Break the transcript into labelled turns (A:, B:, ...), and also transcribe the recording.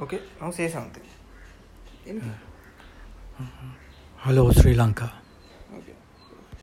A: Okay, now say something.
B: Hello, Sri Lanka.